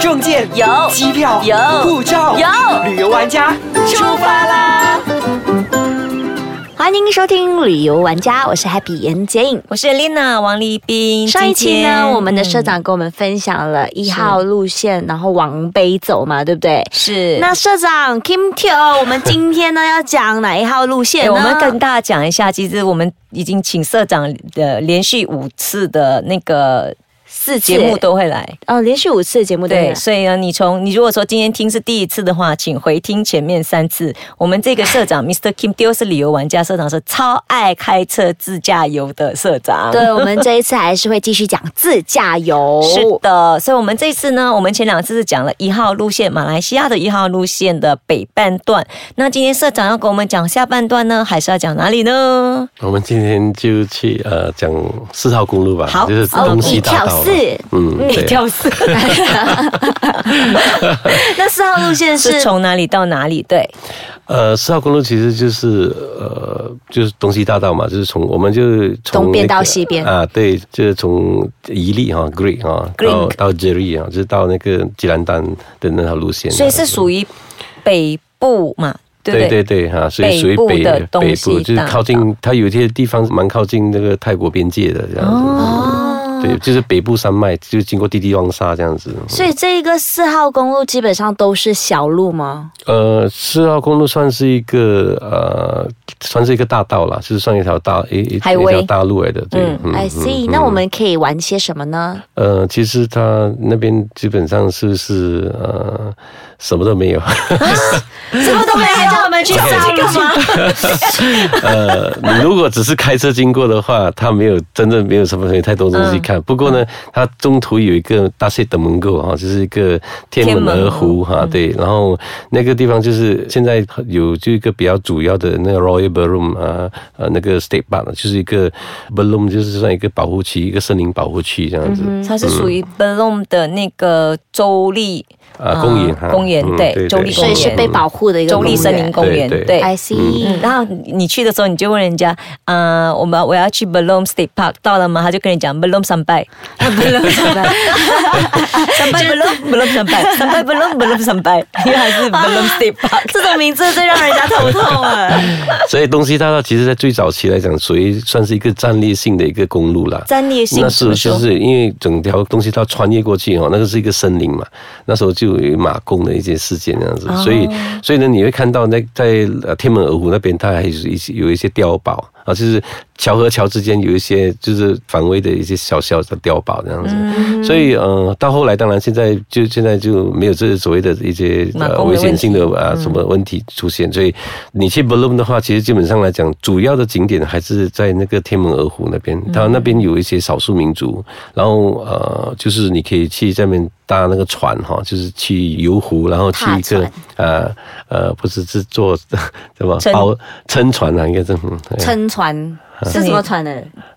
证件有机票有护照有旅游玩家出发啦！欢迎收听旅游玩家，我是 Happy 严洁颖。我是 Lina 王立斌。上一期今呢，天嗯我们的社长跟我们分享了一号路线，然后往北走嘛，对不对？是哎那社长 Kim t o 我们今天呢要讲哪一号路线诶呢？哎我们跟大家讲一下，其实我们已经请社长的连续五次的那个四次节目都会来。哦，连续五次的节目都对，有所以呢，你从你如果说今天听是第一次的话，请回听前面三次。我们这个社长 Mr. Kim 丢是旅游玩家社长，是超爱开车自驾游的社长。对，我们这一次还是会继续讲自驾游。是的，所以我们这次呢，我们前两次是讲了一号路线，马来西亚的一号路线的北半段。那今天社长要跟我们讲下半段呢，还是要讲哪里呢？我们今天就去呃讲四号公路吧，好就是哦东，西一大跳道了。四，嗯，对。四 那四号路线是是从哪里到哪里？对，呃，四号公路其实就是呃，就是东西大道嘛，就是从我们就从、东边到西边啊，对，就是从宜利哈 Green 哈 Green 到到 Jerry 啊，就是到那个吉兰丹的那条路线啊，所以是属于于北部嘛，对不对对？对对哈、所以北属于部北的东北西部，就是大靠近它有些地方蛮靠近那个泰国边界的这样子。哦对，就是北部山脉，就经过弟弟旺沙这样子。所以这一个四号公路基本上都是小路吗？呃，四号公路算是一个呃，算是一个大道啦，就是算一条大一一一 Highway 条大路来的。对，嗯嗯 I see，、那我们可以玩些什么 呢？呃，其实它那边基本上是是呃，什么都没有。什么都没有，叫我们去上干嘛？ 呃，你如果只是开车经过的话，它没有真正没有什么太多东西看。不过呢，它中途有一个大西德门沟哈，就是一个天门鹅湖哈，对。然后那个地方就是现在有就一个比较主要的那个 Royal Balloon 啊，呃，那个 State Park 就是一个 Balloon，就是算一个保护区，一个森林保护区这样子。它是属于 Belong 的那个州立啊公园呃公园嗯对对州立对公所以是园被保护的一个州立森林公园对对对。 I see，、嗯，然后你去的时候，你就问人家，呃，我们我要去 Belong State Park 到了吗？他就跟你讲 Belong 三拜啊，Belong 三拜， 三拜 Belong Belong 三拜，三拜 Belong Belong 三拜，因为还是 Belong State Park。这种名字最让人家头痛了。所以东西大道其实在最早期来讲，属于算是一个战略性的一个公路啦。战略性那怎么是说就是因为整条东西它穿越过去哦，那个是一个森林嘛，那时候就有马公的一些事件这样子，哦所以所以呢，你会看到那在呃天门鹅湖那边，它还有一些有一些碉堡啊，就是桥和桥之间有一些就是防卫的一些小小的碉堡这样子，嗯所以呃到后来当然现在就现在就没有这所谓的一些马呃公的危险问性的啊嗯什么问题出现，所以你去 Balloon 的话，其实基本上来讲，主要的景点还是在那个天门鹅湖那嗯边，它那边有一些少数民族，然后呃，就是你可以去这边搭那个船哈，就是去游湖，然后去踏一个船呃呃，不是是坐 什么撑包撑船啊，应该是嗯哎撑船嗯是什么船呢？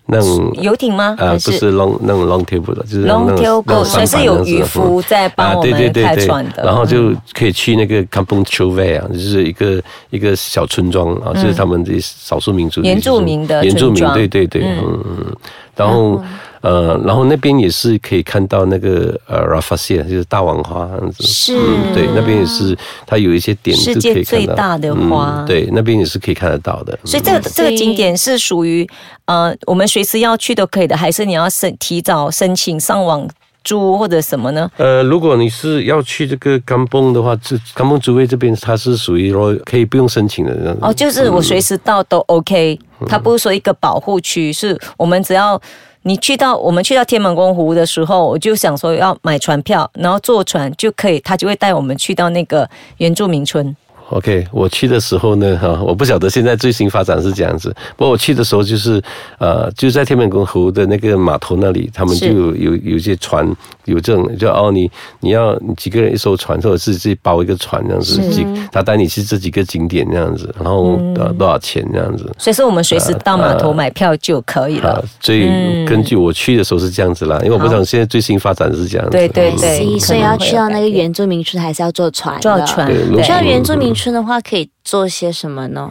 那种。游艇吗？啊，还不是 long 那种 long table 的，就是 Long 那种 tail 那 boat，种所以是帆有那样子渔夫嗯在帮啊我对们对对开对船的嗯然后就可以去那个 Kampung c h o v e 啊，就是一个一个小村庄啊，就是他们的少数民族嗯原住民的原住村民，庄对对对，嗯嗯。然后呃，然后那边也是可以看到那个呃 Rafflesia，就是大王花这样子，是嗯，对，那边也是它有一些点世是界可以看最到大的花嗯，对，那边也是可以看得到的。所以这个嗯这个景点是属于呃，我们随时要去都可以的，还是你要申提早申请上网租或者什么呢？呃，如果你是要去这个甘崩的话，这甘崩诸位这边它是属于说可以不用申请的这样子。哦，就是我随时到嗯都 OK，、它不是说一个保护区，是我们只要你去到我们去到天门宫湖的时候，我就想说要买船票，然后坐船就可以，他就会带我们去到那个原住民村。 OK，我去的时候呢，哈、我不晓得现在最新发展是这样子。不过我去的时候就是，呃，就在天门宫湖的那个码头那里，他们是就有有有一些船有这种，就哦，你你要你几个人一艘船，或者是自己包一个船这样子，几他带你去这几个景点这样子，然后、嗯呃多少钱这样子。所以说，我们随时到码头买票就可以了。啊，所嗯以根据我去的时候是这样子啦，因为我不知道现在最新发展是这样子。对对嗯对所以所以可能要会有去到那改个变原住民村，还是要坐船？坐船，呃对如去果到原住民村的话，可以做些什么呢？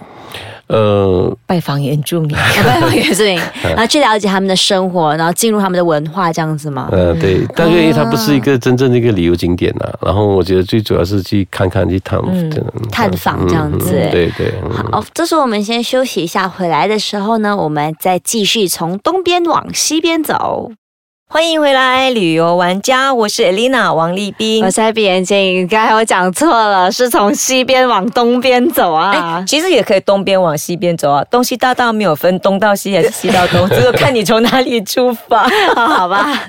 呃，拜访原住民。嗯 原住民，然后去了解他们的生活，然后进入他们的文化，这样子吗？呃，对，但因为它不是一个真正的一个旅游景点呐、然后我觉得最主要是去看看、去探、探访这样子嗯嗯对对。好，这时候我们先休息一下，回来的时候呢，我们再继续从东边往西边走。 欢迎回来，旅游玩家，我是 Elena 王丽斌哎我。在闭眼睛，刚才我讲错了，是从西边往东边走啊哎，。其实也可以东边往西边走啊，东西大道没有分东到西还是西到 东，只有看你从哪里出发。 好吧，哎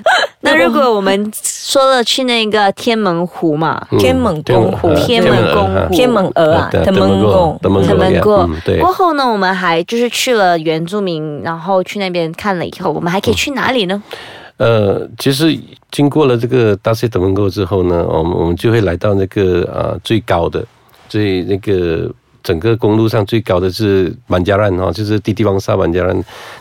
那如果我们说了去那个天门湖嘛，嗯天猛公湖呃天猛公呃湖天门鹅啊，呃天门公，天我门公们过、嗯对过后呢，我们还就是去了原住民，然后去那边看了以后，我们还可以去哪里呢？呃，其实经过了这个大西德文沟之后呢，我们我们就会来到那个啊最高的、最那个整个公路上最高的是班加兰哈，哦就是滴滴王沙班加兰，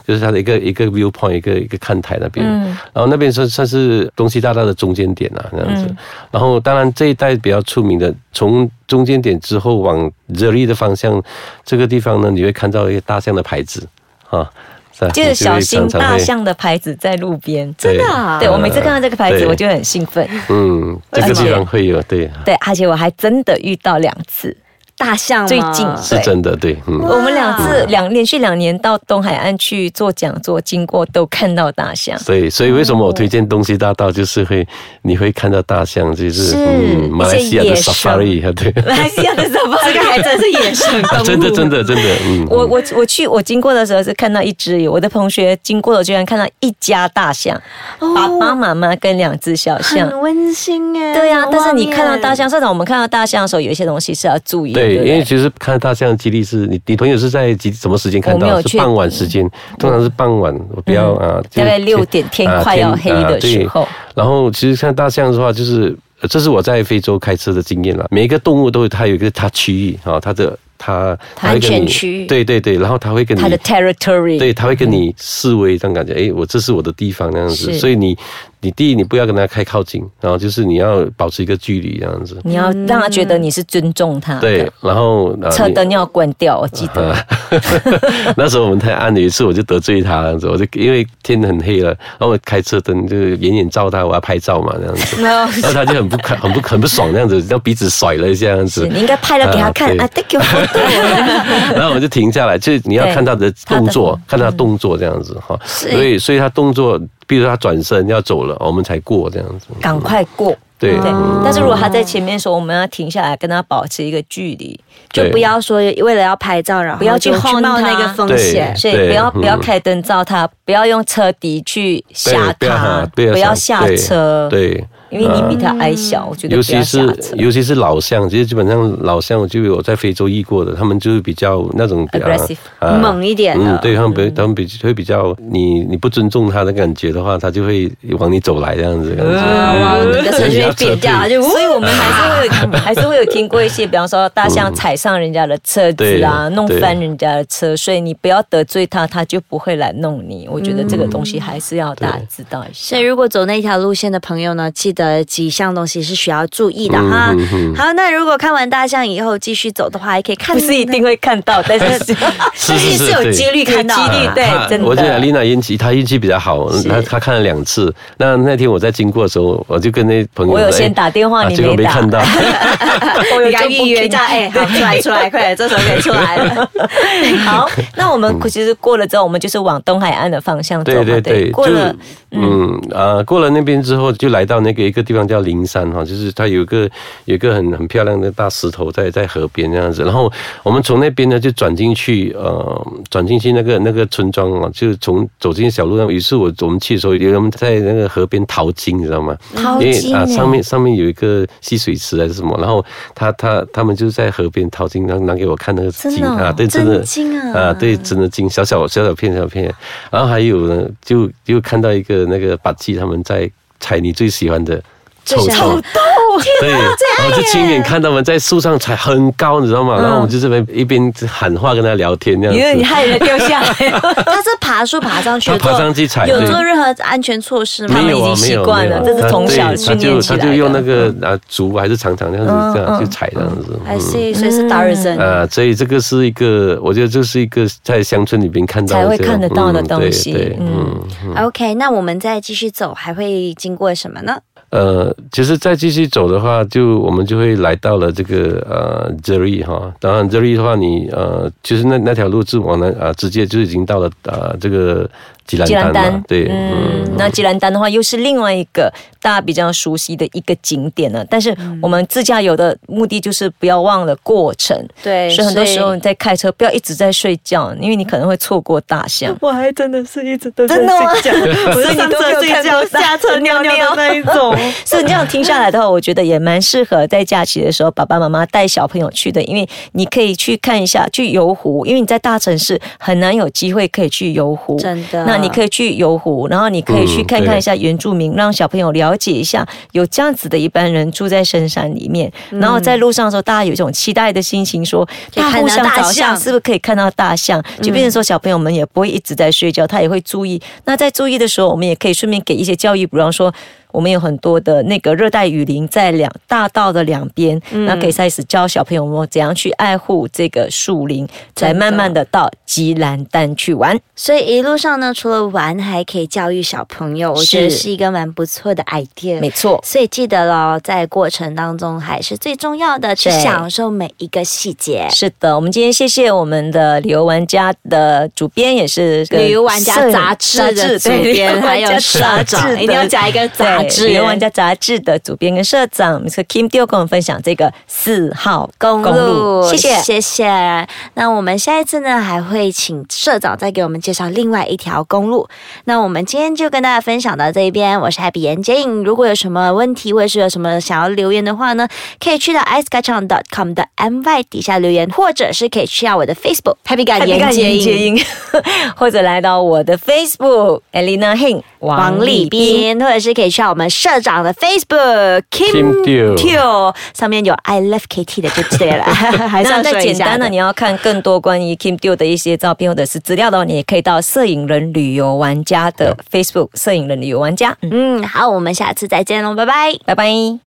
就是它的一个一个 viewpoint，一个一个看台那边。嗯然后那边算算是东西大道的中间点啊，这样子。嗯然后当然这一带比较出名的，从中间点之后往热力的方向，这个地方呢，你会看到一个大象的牌子啊。是啊就是小你心就会常常大会象的牌子在路边。对真的啊对，我每次看到这个牌子，呃对我就很兴奋。嗯，这个地方会有，对，对，而且我还真的遇到两次，大象吗啊最近是真的，对，嗯，我们两次两连续两年到东海岸去做讲座，经过都看到大 象。所以所以为什么我推荐东西大道，就是会你会看到大象，就是是嗯，马来西亚一的些野生 safari 啊，对，马来西亚的什么？这个还真是野生动啊物。真的真的真的，嗯，我我我去我经过的时候是看到一只，我的同学经过了居然看到一家大象，爸爸妈妈跟两只小象。很温馨哎。对呀、那种但是你画面看到大，象，社长，我们看到大象的时候，有一些东西是要注意的。对，不因为其实看大象的几率是你你朋友是在几什么时间看我没到？有是确傍晚时间，通常是傍晚，我比较啊，就大概六点天啊快要黑的时候啊对然后其实看大象的话，就是呃这是我在非洲开车的经验了。每一个动物都有它有一个它区域啊，它的它它会跟安全你区域对对对，然后它会跟你它的 territory，对，他会跟你示威，这样感觉，诶，我这是我的地方那样子，是所以你，你第一你不要跟他太靠近，然后就是你要保持一个距离这样子，你要让他觉得你是尊重他的。对，然后呃车你啊灯要关掉，我记得。 那时候我们太暗了，有一次我就得罪他，这样子，我就因为天很黑了，然后我开车灯就是远远照他，我要拍照嘛，这样 子，然后然后他就很不开，很不很不爽这样子，然后鼻子甩了一下这样子是，你应该拍了给他看对啊，take your photo。然后我们就停下来，就是你要对看他的动作，他看他的动作这样子哈，所以所以他动作，比如说他转身要走了，我们才过这样子，赶快过。对对嗯，但是如果他在前面说，我们要停下来跟他保持一个距离，就对不要说为了要拍照，然后不要去就晃冒那它个风对险。所以对不要嗯不要开灯照他，不要用车笛去吓对他，不要不要吓下车，对，嗯因为你比他矮小，我觉得尤不其要下是车。尤啊其是老象，其实基本上老象，我就有我在非洲遇过的，他们就是比较那种比较 Aggressive，啊猛一点的嗯，对他们比他们比会比较你你不尊重他的感觉的话，他就会往你走来这样子，哇，嗯你的车所以就你被要撤扁掉， 退就 所以我们还是会有还是会有听过一些，比方说大象踩上人家的车子啊，对弄翻人家的车，所以你不要得罪他，他就不会来弄你。我觉得这个东西还是要大家知道一下所以，。如果走那条路线的朋友呢，记得几项东西是需要注意的哈。嗯嗯嗯好，那如果看完大象以后继续走的话，还可以看不是一定会看到，但是是是是有对几率看到的，啊有几率对他，真的。我觉得丽娜运气，她运气比较好，她她看了两次。那那天我在经过的时候，我就跟那朋友，我有哎先打电话啊你结果没没打看到。 我你有赶就预不约约一下，哎、好，出来出来，快点， 这时候可以出来了。啊好，那我们其实过了之后，我们就是往东海岸的方向走嘛。对对对，过就了嗯啊，过了那边之后，就来到那个一个地方叫灵山哈，就是它有一个有一个很很漂亮的大石头在在河边这样子，然后我们从那边呢就转进去呃转进去那个那个村庄啊，就从走进小路上，于是我我们去的时候，有人在那个河边淘金，你知道吗？哦淘因金为啊欸上面上面有一个吸水池还是什么，然后他他他们就在河边淘金，然后拿给我看那个真的金哦啊，对，真的真金啊啊，对，真的金，小小小小片小片，啊然后还有呢，就就看到一个那个把记他们在采你最喜欢的臭豆，对，然后就亲眼看他们在树上踩很高，你知道吗？然后我们就这边一边喊话跟他聊天那因为样你子。害人掉下来。他是爬树爬上去，他爬有做上去踩有对做任何安全措施吗？他们没有啊已，经没习有，惯没有了这是他从对小训他就练起他来就的嗯用那个啊竹还是长长这样子这样去踩这样子。还是嗯所以是达尔森，啊，所以这个是一个，我觉得就是一个在乡村里边看到的才会这种看得到的东西嗯对对，嗯嗯。 OK，那我们再继续走，还会经过什么呢？呃，其实再继续走的话，就我们就会来到了这个呃这里哈。当然这里的话你，呃，就是那那条路是往南啊、呃直接就已经到了啊、呃这个吉兰吉兰丹嘛，丹，对，嗯嗯，那吉兰丹的话，又是另外一个大家比较熟悉的一个景点了。但是我们自驾游的目的就是不要忘了过程，对所以很多时候所以你在开车不要一直在睡觉，因为你可能会错过大象。我还真的是一直都在真的吗睡觉， 我所以是你上都没车有睡看过觉，下车尿尿的那一种。所以你这样听下来的话，我觉得也蛮适合在假期的时候，爸爸妈妈带小朋友去的，因为你可以去看一下，去游湖，因为你在大城市很难有机会可以去游湖。真的那你可以去游湖，然后你可以去嗯看看对一下原住民，让小朋友了解一下有这样子的一般人住在深山里面。然后在路上的时候，大家有一种期待的心情说，嗯可以大看户到想大找象嗯象是不是可以看到大象？就变成说小朋友们也不会一直在睡觉，他也会注意。那在注意的时候，我们也可以顺便给一些教育，比方说。我们有很多的那个热带雨林在两大道的两边，嗯那可以开始教小朋友们怎样去爱护这个树林，才慢慢的到吉兰丹去玩。所以一路上呢，除了玩，还可以教育小朋友，我觉得是是一个蛮不错的 idea。没错，所以记得咯，在过程当中还是最重要的，去对享受每一个细节。是的，我们今天谢谢我们的旅游玩家的主编，也是旅游玩家杂志的主编，还有社长，一定要加一个杂志。旅游玩家杂志的主编跟社长，我们是 Kim 丢跟我们分享这个四号公路，谢谢。谢谢。那我们下一次呢，还会请社长再给我们介绍另外一条公路。那我们今天就跟大家分享到这边，我是 Happy 严静。如果有什么问题，或者是有什么想要留言的话呢，可以去到 i c e k a c h a n g c o m 的 my 底下留言，或者是可以去到我的 Facebook Happy 感严严洁静。莹， 或者来到我的 Facebook Elena Hing 王立。斌，或者是可以去到我们社长的 Facebook Kim Teo Teo，上面有 I Love KT 的就对了， 还是那要再说一简下单的，你要看更多关于 Kim Deal 的一些照片或者是资料的话，你也可以到摄影人旅游玩家的 Facebook 摄影人旅游玩家。嗯，嗯，好，我们下次再见喽，拜拜。拜拜。